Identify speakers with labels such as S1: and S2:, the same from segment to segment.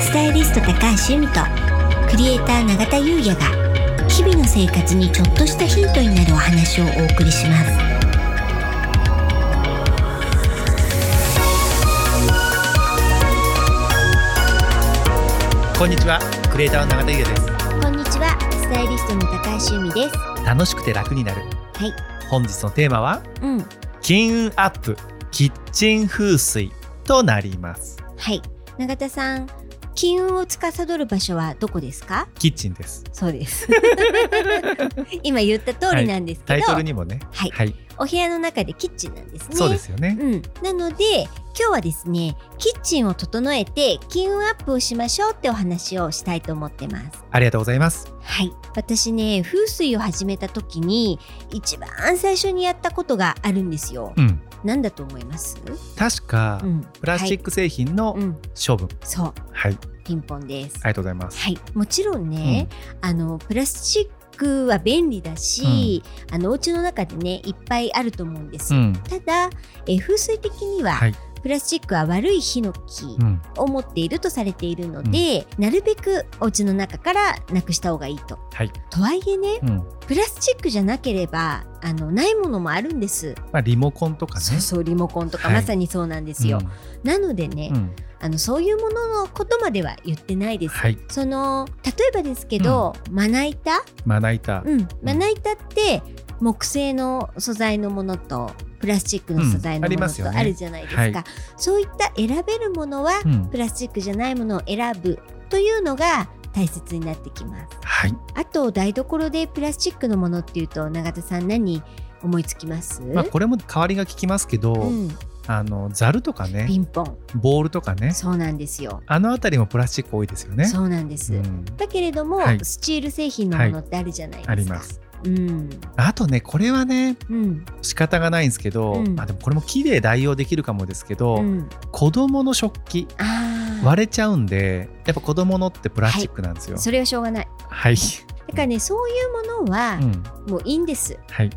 S1: スタイリスト高橋由美とクリエイター永田優也が日々の生活にちょっとしたヒントになるお話をお送りします
S2: こんにちは、クリエイターの永田優也です。
S1: こんにちはスタイリストの高橋由美ですは
S2: 楽しくて楽になる。
S1: い
S2: 本日のテーマは
S1: うん
S2: 金運アップキッチン風水となります。
S1: はい永田さん金運を司る場所はどこですか
S2: キッチンです。
S1: そうです 今言った通りなんです
S2: タ
S1: け
S2: イ
S1: ど、
S2: トルにもね。
S1: はい
S2: はい、
S1: お部屋の中でキッチンなんですね
S2: そうですよね。
S1: うん、なので今日はですねキッチンを整えて金運アップをしましょうってお話をしたいと思ってます
S2: ありがとうございます。
S1: はい私ね風水を始めた時に一番最初にやったことがあるんですよ、
S2: うん、
S1: なんだと思います、
S2: 確か、
S1: うん、
S2: プラスチック製品の
S1: はい、うん、
S2: 処分。
S1: そう
S2: はい、
S1: ピンポンです
S2: ありがとうございます。
S1: はい、もちろんね、あのプラスチックは便利だし、あのお家の中でねいっぱいあると思うんです、
S2: うん、
S1: ただえー風水的には、
S2: はい
S1: プラスチックは悪いヒノキ
S2: うん、
S1: を持っているとされているので、なるべくお家の中からなくした方がいいと。
S2: はい、
S1: とはいえね
S2: うん、
S1: プラスチックじゃなければあのないものもあるんです、
S2: まあリモコンとかね。
S1: そうそうリモコンとか、
S2: はい
S1: まさにそうなんですよ、なのでね、
S2: うん、うん、
S1: あのそういうもののことまでは言ってないです、
S2: はい、
S1: その例えばですけど、まな板、
S2: まな板。
S1: うん、まな板って木製の素材のものとプラスチックの素材の
S2: うんあり
S1: もの
S2: ますよ
S1: と
S2: ね
S1: あるじゃないですか、
S2: はい
S1: そういった選べるものは、
S2: うん
S1: プ、ラスチックじゃないものを選ぶというのが大切になってきます
S2: はい、
S1: あと台所でプラスチックのものっていうと永田さん何思いつきます、
S2: まあこれも代わりが効きますけど、
S1: うん、
S2: あのざるとか
S1: ピ
S2: ね、
S1: ンポン
S2: ボールとかね、
S1: そうなんですよ、
S2: あのあたりもプラスチック多いですよね。
S1: そうなんです、
S2: うん
S1: だけれども、
S2: はい
S1: スチール製品のものってあるじゃないですか、
S2: あります。
S1: うん
S2: あとね、これはね、
S1: うん
S2: 仕方がないんですけど、
S1: うん
S2: まあでもこれも木で代用できるかもですけど、
S1: うん
S2: 子供の食器
S1: ああ
S2: 割れちゃうんで、やっぱ子供のってプラスチックなんですよ。
S1: それはしょうがない
S2: はい。
S1: だからねそういうものは
S2: うん、
S1: もういいんです
S2: はい。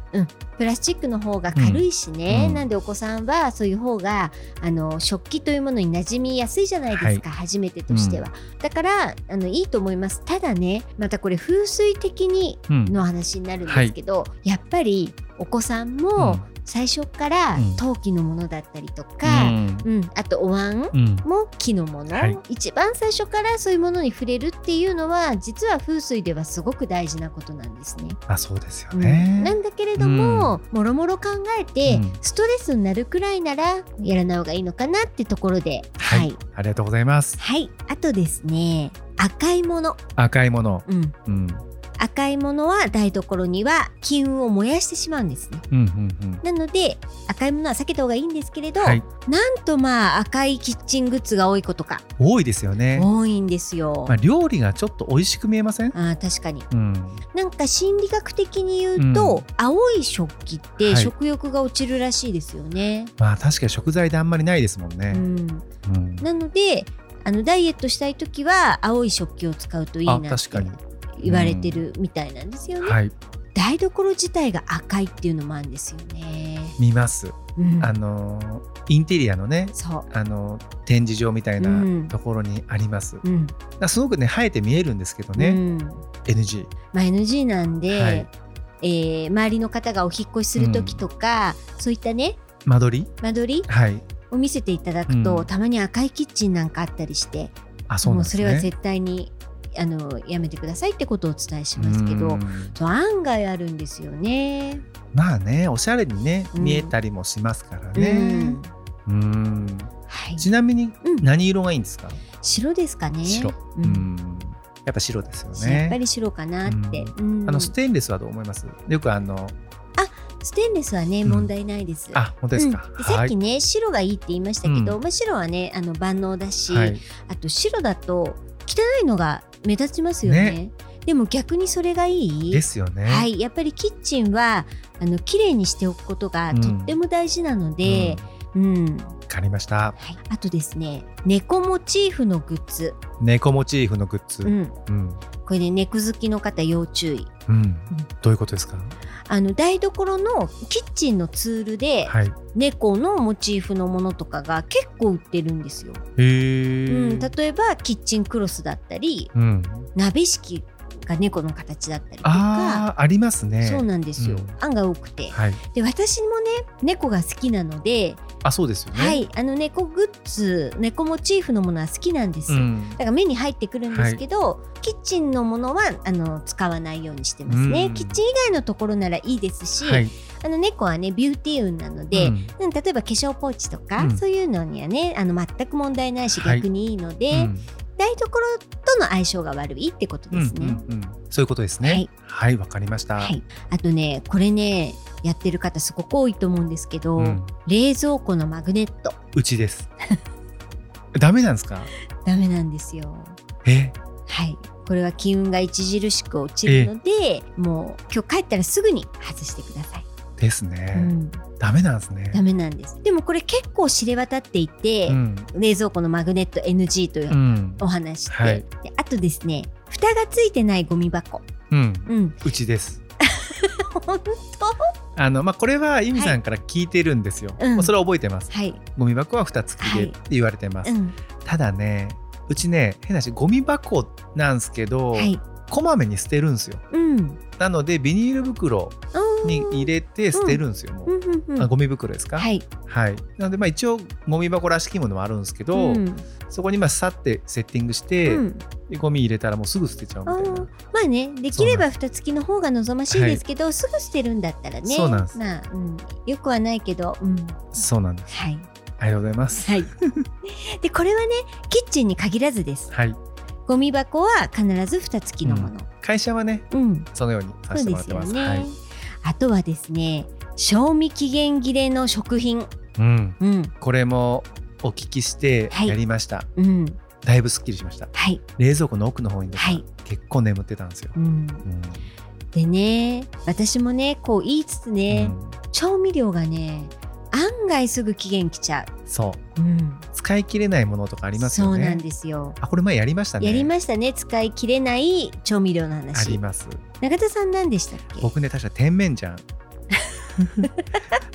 S1: プラスチックの方が軽いしね、
S2: うん
S1: なんでお子さんはそういう方があの食器というものに馴染みやすいじゃないですか、初めてとしては、だからあのいいと思いますただねまたこれ風水的に
S2: うん。
S1: の話になるんですけど、やっぱりお子さん
S2: うん
S1: も最初から
S2: うん
S1: 陶器のものだったりと
S2: う
S1: か、
S2: ん
S1: うんあとお椀
S2: うん
S1: も木のもの、
S2: はい
S1: 一番最初からそういうものに触れるっていうのは実は風水ではすごく大事なことなんですね。
S2: まあそうですよ
S1: うん
S2: ね。
S1: なんだけれども、もろもろ考えて、
S2: うん
S1: ストレスになるくらいならやらない方がいいのかなってところでは
S2: はいい。ありがとうございます。
S1: はいあとですね赤いもの、
S2: 赤いもの。
S1: うん、
S2: うん。
S1: 赤いものは台所には金運を燃やしてしまうんですね
S2: うんうんうん。
S1: なので赤いものは避けた方がいいんですけれど、
S2: はい。
S1: なんとまあ赤いキッチングッズが多いことか
S2: 多いですよね。
S1: 多いんですよ、
S2: まあ料理がちょっと美味しく見えません？
S1: あー確かに
S2: うん。
S1: なんか心理学的に言うと、
S2: うん
S1: 青い食器って
S2: はい
S1: 食欲が落ちるらしいですよね、
S2: まあ確かに食材であんまりないですもんね
S1: う。ん、
S2: うん。
S1: なのであのダイエットしたい時は青い食器を使うといいな
S2: あ
S1: って
S2: 確かに。
S1: 言われてるみたいなんですよね、
S2: はい。
S1: 台所自体が赤いっていうのもあるんですよね、
S2: 見ます。
S1: うん、
S2: あのーインテリアのね
S1: そ
S2: あの展示場みたいうなんところにあります、だか
S1: う、うん
S2: らすごくね生えて見えるんですけど
S1: う
S2: ね、
S1: ん
S2: NG
S1: まあ、NG なんで、
S2: はい
S1: えー周りの方がお引っ越しする時とか、そういったね
S2: 間取り
S1: 間取り
S2: はい
S1: を見せていただくと、
S2: うん
S1: たまに赤いキッチンなんかあったりして
S2: あそうなん
S1: もう
S2: です
S1: そ
S2: ね
S1: れは絶対にあのやめてくださいってことをお伝えしますけ
S2: う
S1: ど
S2: ん
S1: そう案外あるんですよね。
S2: まあねおしゃれにね
S1: うん
S2: 見えたりもしますから
S1: う
S2: ね
S1: ん
S2: うん
S1: はい、
S2: ちなみに
S1: うん
S2: 何色がいいんですか、
S1: 白ですかね
S2: 白、
S1: う
S2: うんんやっぱ白ですよ
S1: やっぱ
S2: ね
S1: り白かなって、うん
S2: あのステンレスはどう思いますよくあの
S1: ステンレスはね
S2: うん
S1: 問題ないです。
S2: あ本当ですか、
S1: うんでさっき
S2: ね
S1: ね、白がいいって言いましたけど、
S2: うん
S1: まあ、白はねあの万能だし、
S2: はい、
S1: あと白だと汚いのが目立ちますよねでも逆にそれがいい
S2: ですよね、
S1: はい、やっぱりキッチンはあの綺麗にしておくことが
S2: うん
S1: とっても大事なので、うん
S2: わかりました
S1: はい、あとですね猫モチーフのグッズ、
S2: 猫モチーフのグッズ、
S1: うん、
S2: うん
S1: これね猫好きの方要注意
S2: うん、どういうことですか
S1: あの台所のキッチンのツールで
S2: はい。
S1: 猫のモチーフのものとかが結構売ってるんですよ。
S2: へえ。
S1: うん、例えばキッチンクロスだったり
S2: うん。
S1: 鍋敷きが猫の形だったりとか。
S2: ああ、ありますね。
S1: そうなんですよ、
S2: うん
S1: 案が多くて
S2: はい。
S1: で私もね猫が好きなので、
S2: あ、そうですよね。
S1: は。いあの猫グッズ猫モチーフのものは好きなんです
S2: う
S1: よ、
S2: ん
S1: だ。から目に入ってくるんですけど、キッチンのものはあの使わないようにしてますね、
S2: うん
S1: キッチン以外のところならいいですし、
S2: はい。
S1: あの猫はねビューティー運なので、
S2: うん
S1: うん例えば化粧ポーチとか、
S2: うん
S1: そういうのにはねあの全く問題ないし
S2: はい
S1: 逆にいいので、
S2: うん
S1: 台所との相性が悪いってことですね。
S2: うんうんうんそういうことです
S1: は
S2: ね
S1: い。
S2: はい、わかりました。
S1: はい、あとねこれねやってる方すごく多いと思うんですけど、
S2: うん
S1: 冷蔵庫のマグネット
S2: うちです。 ダメなんですか。
S1: ダメなんですよ。
S2: え、
S1: はいこれは機運が著しく落ちるのでもう今日帰ったらすぐに外してください。
S2: です
S1: う
S2: ね。
S1: ん、
S2: ダメなんですね。
S1: ダメなんですでもこれ結構知れ渡っていて、
S2: うん。
S1: 冷蔵庫のマグネット NG という
S2: うん。
S1: お話して、
S2: はい
S1: であとですね蓋がついてないゴミ箱、
S2: うん。
S1: うん、
S2: うちです。
S1: 本当
S2: あのまあこれはゆみさんから聞いてるんですよ。
S1: うん
S2: それは覚えてます。
S1: はい、
S2: ゴミ箱は蓋付きでって言われてます。
S1: うん、
S2: ただね、うちね変なしゴミ箱なんですけど、
S1: はい、
S2: こまめに捨てるんですよ。
S1: うん、うん
S2: なのでビニール袋に入れて捨てるんですよ。もう、
S1: うんうんうん
S2: あゴミ袋ですか。
S1: は
S2: はい。
S1: い、
S2: なのでまあ一応ゴミ箱らしきものもあるんですけど、
S1: うん
S2: そこにまあさってセッティングし
S1: う
S2: て、
S1: ん、
S2: でゴミ入れたらもうすぐ捨てちゃうみ
S1: あ
S2: たいな
S1: ー。まあねできれば蓋付きの方が望ましいですけどすぐ捨てるんだったらね
S2: そうなんです
S1: まあ、うん、よくはないけど、うん、
S2: そうなんです。
S1: はい
S2: ありがとうございます。
S1: はい でこれはねキッチンに限らずです
S2: はい。
S1: ゴミ箱は必ず蓋付きのもの、
S2: 会社はね
S1: うん、
S2: そのようにさ
S1: そ
S2: せ
S1: う
S2: て
S1: で
S2: もらっ
S1: す
S2: て
S1: よね、
S2: ます。はい。
S1: あとはですね賞味期限切れの食品
S2: うん。
S1: うん
S2: これもお聞きして
S1: はい
S2: やりました、
S1: うん
S2: だいぶすっきりしました
S1: はい
S2: 冷蔵庫の奥の方にですね
S1: はい
S2: 結構眠ってたんですよ、
S1: うん
S2: うん
S1: でね私もねこう言いつつね、調味料がね案外すぐ期限来ちゃ
S2: うんそう
S1: う、うん、
S2: 使い切れないものとかあ
S1: あ
S2: りますよ
S1: そうなん
S2: ね
S1: ですよ、
S2: あこれ前やりましたね
S1: やりましたね使い切れない調味料の
S2: あり
S1: 話
S2: ます
S1: 永田さん何でしたっけ
S2: 僕ね確か甜 麺醤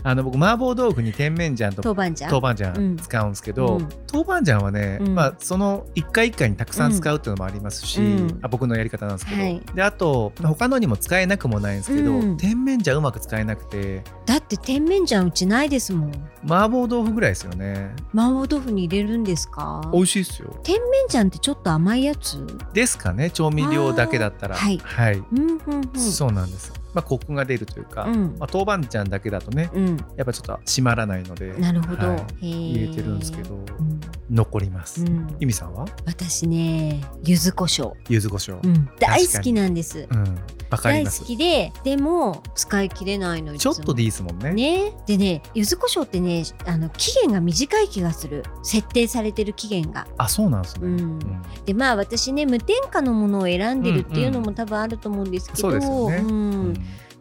S2: あの僕麻婆豆腐に甜麺醤と
S1: 豆板醤
S2: 豆板醤
S1: うん
S2: 使うんですけど、
S1: うん
S2: 豆板醤はね、
S1: うん
S2: まあ、その一回一回にたくさん使うっていうのもありますし、
S1: うん
S2: あ僕のやり方なんですけど、
S1: はい
S2: であと他のにも使えなくもないんですけど、
S1: うん
S2: 甜麺醤うまく使えなくて
S1: だって甜麺醤うちないですもん
S2: 麻婆豆腐ぐらいですよね
S1: 麻婆豆腐に入れるんですか
S2: 美
S1: 甜
S2: 味しいですよ
S1: 麺醤ってちょっと甘いやつ
S2: ですかね調味料だけだったら
S1: あーはいうんうんうん
S2: そうなんです、まあ、コクが出るというか、
S1: うん
S2: まあ、豆板醤だけだとね
S1: うん
S2: やっぱちょっと締まらないので
S1: なるほど、
S2: はい
S1: へー
S2: 入れてるんですけど、
S1: うん
S2: 残ります、
S1: う
S2: ゆみ
S1: ん
S2: 意味さんは
S1: 私ね柚子胡椒、
S2: 柚子胡椒
S1: うん、大好きなんです
S2: うんわかり
S1: 大
S2: ま
S1: 好
S2: す
S1: きででも使い切れないの
S2: ちょっとでいいですもんね
S1: ねでね柚子胡椒ってねあの期限が短い気がする設定されてる期限が
S2: あそうなんですね、
S1: うんでまあ私ね無添加のものを選んでるっていうのも多分あると思うんですけど、
S2: そうですよね
S1: うん
S2: うん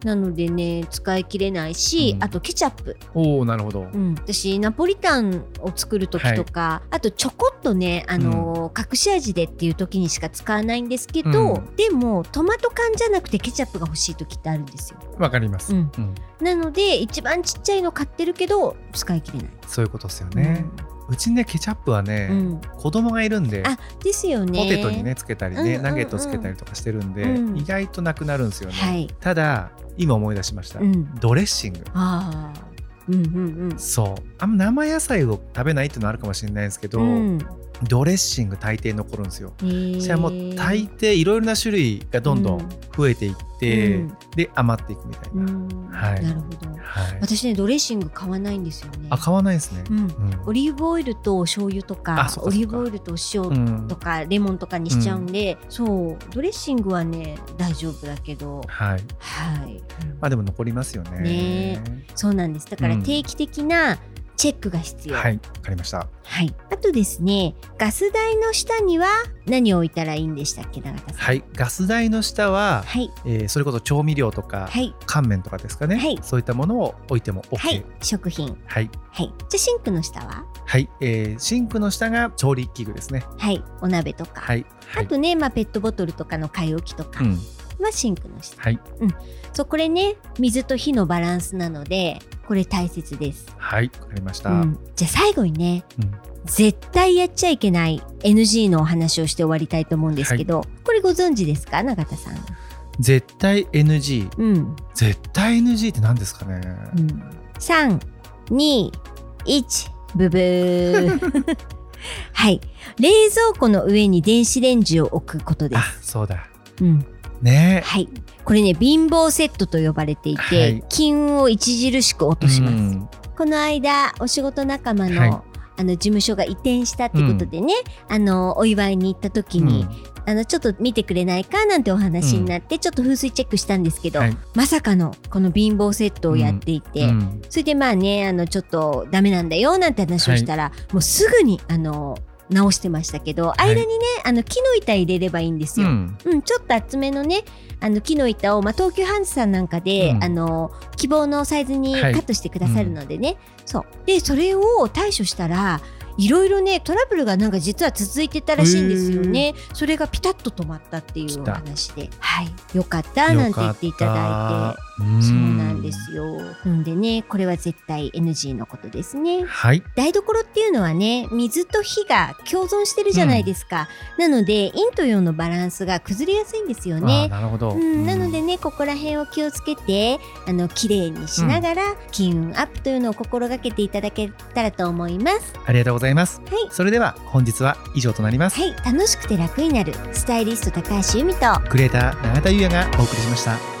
S1: なのでね使い切れないし、
S2: うん
S1: あとケチャップ、
S2: おおなるほど、
S1: うん、私ナポリタンを作る時とか、あとちょこっとね、あのー隠し味でっていう時にしか使わないんですけど、
S2: うん
S1: でもトマト缶じゃなくてケチャップが欲しい時ってあるんですよ、
S2: わかります、
S1: うん、
S2: うん
S1: なので一番ちっちゃいの買ってるけど使い切れない
S2: そういうことですよね、うちねケチャップはね、
S1: うんうん
S2: 子供がいるんで
S1: あですよね
S2: ポテトにねつけたりね、
S1: うんうんうん
S2: ナゲットつけたりとかしてるんで、
S1: うん
S2: 意外となくなるんですよね、
S1: はい
S2: ただ今思い出しました、
S1: うん
S2: ドレッシング
S1: ああうんうんうん
S2: そうあんま生野菜を食べないっていうのはあるかもしれないんですけど、
S1: うん
S2: ドレッシング大抵残るんですよ
S1: へー
S2: じゃあもう大抵いろいろな種類がどんど
S1: うん
S2: ん増えていって、
S1: うん
S2: で余っていくみたいうな、
S1: ん
S2: はい
S1: なるほど
S2: はい
S1: 私ねドレッシング買わないんですよね
S2: あ買わないですね、
S1: うん
S2: うん
S1: オリーブオイルとお醤油とか
S2: あそっかそっか
S1: オリーブオイルとお
S2: う
S1: 塩
S2: ん
S1: とか、レモンとかにしちゃうんで、そうドレッシングはね大丈夫だけど
S2: はい
S1: はい、
S2: まあでも残りますよね
S1: ねそうなんですだから
S2: うん
S1: 定期的なチェックが必要、
S2: はいわかりました
S1: はいあとですねガス台の下には何を置いたらいいんでしたっけ永田さん
S2: はいガス台の下は、
S1: はい
S2: えーそれこそ調味料とか、
S1: はい
S2: 乾麺とかですかね、
S1: はい
S2: そういったものを置いても OK
S1: は
S2: はい
S1: い、食品
S2: はい、
S1: はいじゃあシンクの下は
S2: えーシンクの下が調理器具ですね
S1: はいお鍋とか、
S2: はい、はい、
S1: あとね、まあ、ペットボトルとかの買い置きとか
S2: う
S1: は、
S2: ん
S1: はシンクの下
S2: はい
S1: そうこれね水と火のバランスなのでこれ大切です、
S2: はいわかりまし
S1: う
S2: た、
S1: ん、じゃあ最後にね、
S2: うん
S1: 絶対やっちゃいけない NG のお話をして終わりたいと思うんですけど、これご存知ですか永田さん
S2: 絶対 NG
S1: うん、
S2: 絶対 NG って何ですかね、
S1: うん、321ブブー はい冷蔵庫の上に電子レンジを置くことで
S2: あ
S1: す、
S2: そうだ
S1: うん、
S2: ね
S1: はい。これね、貧乏セットと呼ばれていて、
S2: はい
S1: 金運を著しく落とします。
S2: うん
S1: この間、お仕事仲間の、
S2: はい
S1: あの事務所が移転したってことでね、あのお祝いに行った時に、あのちょっと見てくれないかなんてお話になって、ちょっと風水チェックしたんですけど、
S2: はい
S1: まさかのこの貧乏セットをやっていて、
S2: うん
S1: それでまあねあのちょっとダメなんだよなんて話をしたら、もうすぐにあの直してましたけど
S2: い
S1: 間にね、あの木の板入れればいいんです
S2: う
S1: よ。
S2: ん
S1: うん、ちょっと厚めのねあの木の板を、まあ、東急ハンズさんなんかで、
S2: うん
S1: あの希望のサイズにカ
S2: はい
S1: ットしてくださるのでね、そうでそれを対処したらいろいろねトラブルがなんか実は続いてたらしいんですよねそれがピタッと止まったっていうお話で、はい、よかったなんて言っていただいて。
S2: い
S1: そうなんですよ。んでね、これは絶対 NG のことですね。
S2: はい
S1: 台所っていうのはね水と火が共存してるじゃないですか、なので陰と陽のバランスが崩れやすいんですよ
S2: あー
S1: ね。
S2: なるほど、
S1: うん、なのでねここら辺を気をつけてあの綺麗にしながら、金運アップというのを心がけていただけたらと思います。
S2: ありがとうございます
S1: はい
S2: それでは本日は以上となります
S1: はい、楽しくて楽になるスタイリスト高橋由美と
S2: クレーター永田優也がお送りしました